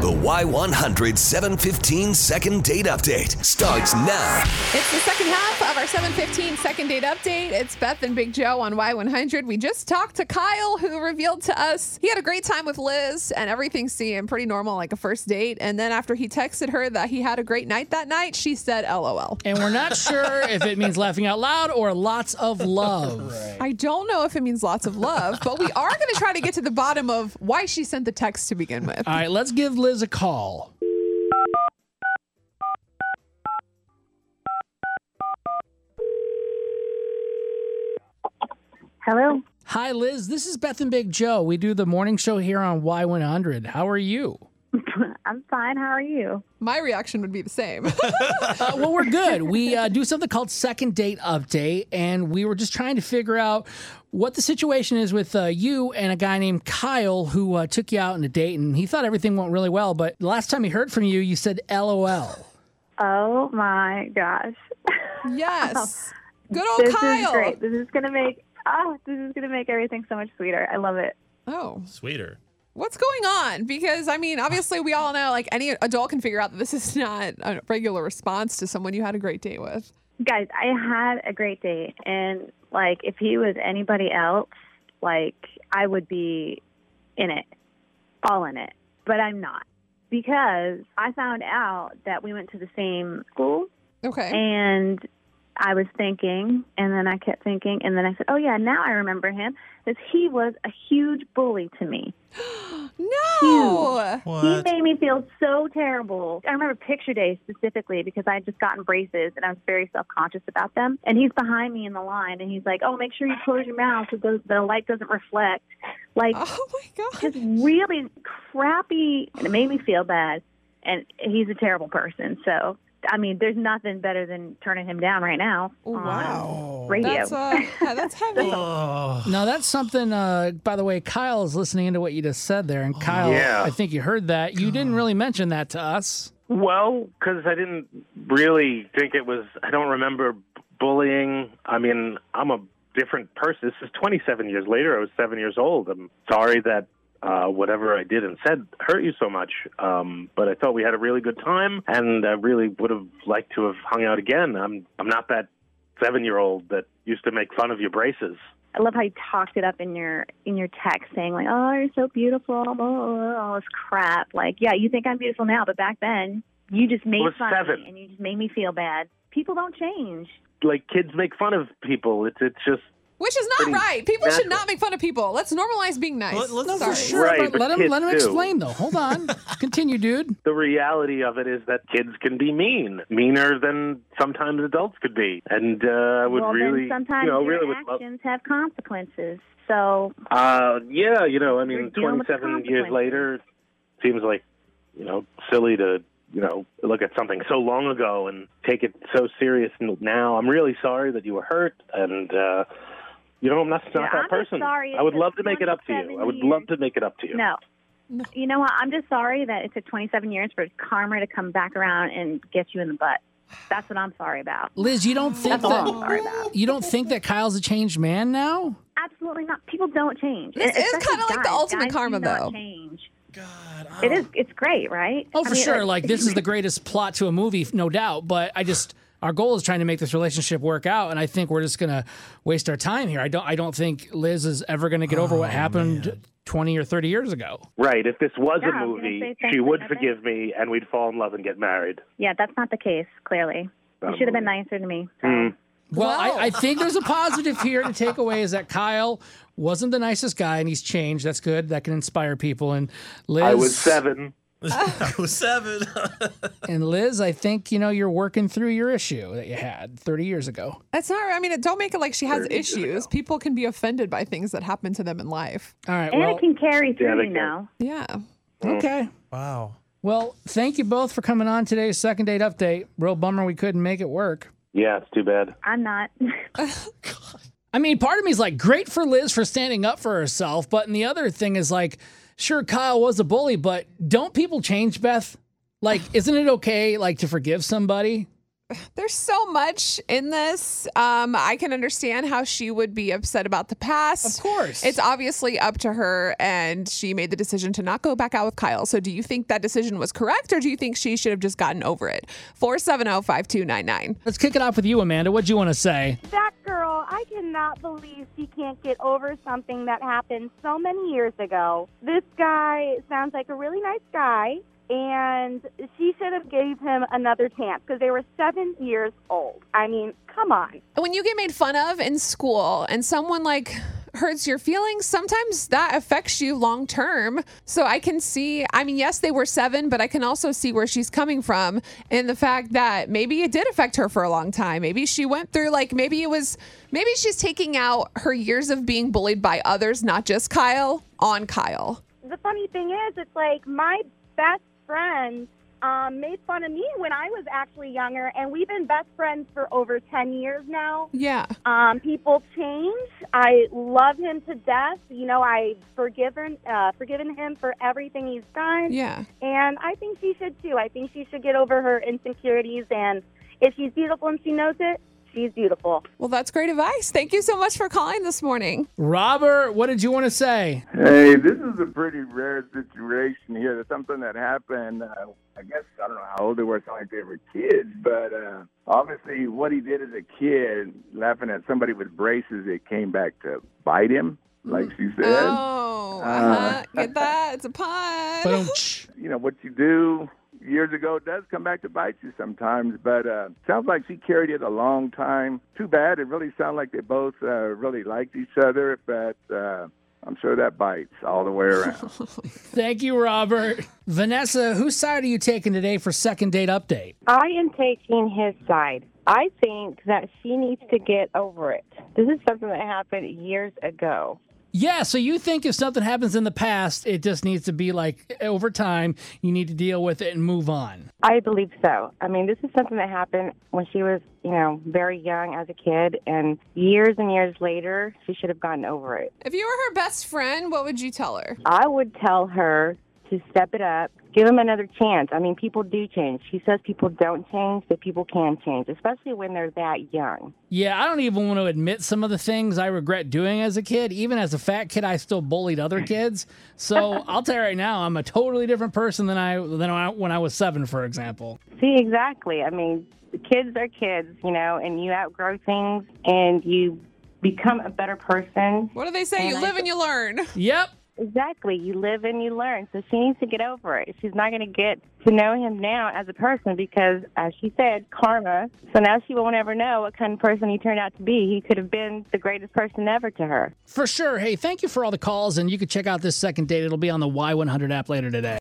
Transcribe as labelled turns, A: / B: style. A: The Y100 715 second date update starts now.
B: It's the second half of our 715 second date update. It's Beth and Big Joe on Y100. We just talked to Kyle, who revealed to us he had a great time with Liz and everything seemed pretty normal, like a first date. And then after he texted her that he had a great night that night, she said, LOL.
C: And we're not sure if it means laughing out loud or lots of love.
B: I don't know if it means lots of love, but we are going to try to get to the bottom of why she sent the text to begin with.
D: Uh,
C: All right, let's give Liz a call.
D: Hello.
C: Hi, Liz. This is Beth and Big Joe. We do the morning show here on Y100. How are you?
D: I'm fine. How are you?
B: My reaction would be the same.
C: Uh, well, we're good. We uh, do something called Second Date Update, and we were just trying to figure out what the situation is with uh, you and a guy named Kyle who uh, took you out on a date, and he thought everything went really well. But the last time he heard from you, you said LOL.
D: Oh my gosh.
B: yes. Good old
D: Oh. This
B: Kyle.
D: is great. This is gonna make oh, this is gonna make everything so much sweeter. I love it.
B: Oh.
E: Sweeter.
B: What's going on? Because I mean, obviously, we all know like any adult can figure out that this is not a regular response to someone you had a great date with.
D: Guys, I had a great date and like if he was anybody else, like I would be in it. All in it. But I'm not. Because I found out that we went to the same school Mm.
B: Okay.
D: And I was thinking, and then I kept thinking, and then I said, "Oh yeah, now I remember him. Because he was a huge bully to me.
B: no.
D: He made me feel so terrible. I remember picture day specifically because I had just gotten braces and I was very self conscious about them. And he's behind me in the line, and he's like, "Oh, make sure you close your mouth so the, the light doesn't reflect." Like
B: Oh my
D: just
B: god.
D: really crappy and it made me feel bad and he's a terrible person so i mean there's nothing better than turning him down right now on
B: Wow.
D: radio
B: That's uh, yeah, that's heavy.
C: Now that's something. Uh, by the way, Kyle is listening into what you just said there, and Kyle,
F: Oh, Yeah.
C: I think you heard that. You didn't really mention that to us.
F: Well, because I didn't really think it was. I don't remember b- bullying. I mean, I'm a different person. This is 27 years later. I was seven years old. I'm sorry that uh, whatever I did and said hurt you so much. Um, but I thought we had a really good time, and I really would have liked to have hung out again. I'm I'm not that seven year old that used to make fun of your braces.
D: i love how you talked it up in your in your text saying like oh you're so beautiful blah, blah, blah, all this crap like yeah you think i'm beautiful now but back then you just made
F: I was
D: fun of me
F: seven.
D: and you just made me feel bad people don't change
F: Like kids make fun of people. It's it's just
B: Which is not
F: Pretty
B: right. People should
F: natural.
B: not make fun of people. Let's normalize being nice.
E: Let- let's- No,
B: Sorry.
E: for
C: Sure,
F: Right,
C: but
F: but
C: let him
F: kids
C: let him
F: do.
C: explain though. Hold on, continue, dude.
F: the reality of it is that kids can be mean, meaner than sometimes adults could be, and uh, I would
D: well
F: really,
D: then sometimes
F: you know,
D: your
F: really would love.
D: actions have consequences so
F: Uh, yeah, you know, I
D: You're
F: mean,
D: dealing with
F: 27 years
D: consequences.
F: later, it seems like, you know, silly to, you know, look at something so long ago and take it so serious now. I'm really sorry that you were hurt, and uh, you know, I'm not, not
D: Yeah,
F: that
D: I'm just
F: person.
D: sorry it
F: I would
D: took
F: love to make it up to you.
D: 27
F: I would
D: years.
F: love to make it up to you.
D: No.
B: No.
D: You know what? I'm just sorry that it took 27 years for karma to come back around and get you in the butt. That's what I'm sorry about.
C: Liz, you don't think
D: That's all I'm
C: that
D: sorry about.
C: you don't think that Kyle's a changed man now?
D: Absolutely not. People don't change.
B: This is
D: Especially
B: kinda like the
D: guys.
B: ultimate
D: Guys
B: karma,
D: do not
B: though.
D: Change.
E: God.
D: It is. It's great, right?
C: Oh,
D: I
C: for
D: mean,
C: sure. Like this is the greatest plot to a movie, no doubt. But I just our goal is trying to make this relationship work out, and I think we're just gonna waste our time here. I don't I don't think Liz is ever gonna get over
F: Oh,
C: what happened twenty or thirty years ago.
F: Right. If this was
D: Yeah, I was gonna
F: a movie,
D: say thanks
F: she
D: for
F: would
D: nothing.
F: forgive me, and we'd fall in love and get married.
D: Yeah, that's not the case. Clearly,
F: Not
D: you
F: a
D: should have been
F: movie.
D: nicer to me.
C: Well,
B: Wow.
C: I, I think there's a positive here to take away is that Kyle wasn't the nicest guy and he's changed. That's good. That can inspire people. And Liz
F: I was seven.
E: I was seven.
C: And Liz, I think, you know, you're working through your issue that you had thirty years ago.
B: That's not right. I mean, don't make it like she has
F: Thirty years
B: issues.
F: ago.
B: People can be offended by things that happen to them in life.
C: All right.
D: And
C: well,
D: it can carry through,
F: they
D: you
F: can.
D: know.
B: Yeah.
C: okay.
E: wow.
C: Well, thank you both for coming on today's second date update. Real bummer we couldn't make it work.
F: Yeah, it's too bad.
D: I'm not.
C: I mean, part of me is like, great for Liz for standing up for herself. But and the other thing is like, sure, Kyle was a bully, but don't people change, Beth? Like, isn't it okay like to forgive somebody?
B: there's so much in this. Um, I can understand how she would be upset about the past.
C: Of course.
B: It's obviously up to her, and she made the decision to not go back out with Kyle. So, do you think that decision was correct, or do you think she should have just gotten over it? 470 5299.
C: Let's kick it off with you, Amanda. What do you want to say?
G: That girl, I cannot believe she can't get over something that happened so many years ago. This guy sounds like a really nice guy, and she should have gave him another chance because they were seven years old. I mean, come on.
B: When you get made fun of in school and someone like hurts your feelings, sometimes that affects you long term. So I can see, I mean, yes, they were seven, but I can also see where she's coming from and the fact that maybe it did affect her for a long time. Maybe she went through, like, maybe it was, maybe she's taking out her years of being bullied by others, not just Kyle, on Kyle.
G: the funny thing is, it's like my best friend um, made fun of me when I was actually younger, and we've been best friends for over 10 years now.
B: Yeah.
G: Um, people change. I love him to death. You know, I've forgiven, uh, forgiven him for everything he's done.
B: Yeah.
G: And I think she should too. I think she should get over her insecurities, and if she's beautiful and she knows it, she's beautiful.
B: Well, that's great advice. Thank you so much for calling this morning.
C: Robert, what did you want to say?
H: Hey, this is a pretty rare situation here. There's something that happened. Uh, I guess I don't know how old they were. It's not like they were kids, but uh, obviously, what he did as a kid, laughing at somebody with braces, it came back to bite him, like she said.
B: Oh, uh-huh. get that? It's a pun.
C: Boom. Shh.
H: You know what you do years ago does come back to bite you sometimes. But uh, sounds like she carried it a long time. Too bad. It really sounded like they both uh, really liked each other, but. Uh, I'm sure that bites all the way around.
C: Thank you, Robert. Vanessa, whose side are you taking today for second date update?
I: I am taking his side. I think that she needs to get over it. This is something that happened years ago.
C: Yeah, so you think if something happens in the past, it just needs to be like over time, you need to deal with it and move on.
I: I believe so. I mean, this is something that happened when she was, you know, very young as a kid, and years and years later, she should have gotten over it.
B: If you were her best friend, what would you tell her?
I: I would tell her to step it up, give him another chance. I mean, people do change. She says people don't change, but people can change, especially when they're that young.
C: Yeah, I don't even want to admit some of the things I regret doing as a kid. Even as a fat kid, I still bullied other kids. So I'll tell you right now, I'm a totally different person than I than I, when I was seven, for example.
I: See, exactly. I mean, kids are kids, you know, and you outgrow things and you become a better person.
B: What do they say? You
I: I-
B: live and you learn.
C: Yep.
I: Exactly. You live and you learn. So she needs to get over it. She's not going to get to know him now as a person because, as she said, karma. So now she won't ever know what kind of person he turned out to be. He could have been the greatest person ever to her.
C: For sure. Hey, thank you for all the calls, and you can check out this second date. It'll be on the Y100 app later today.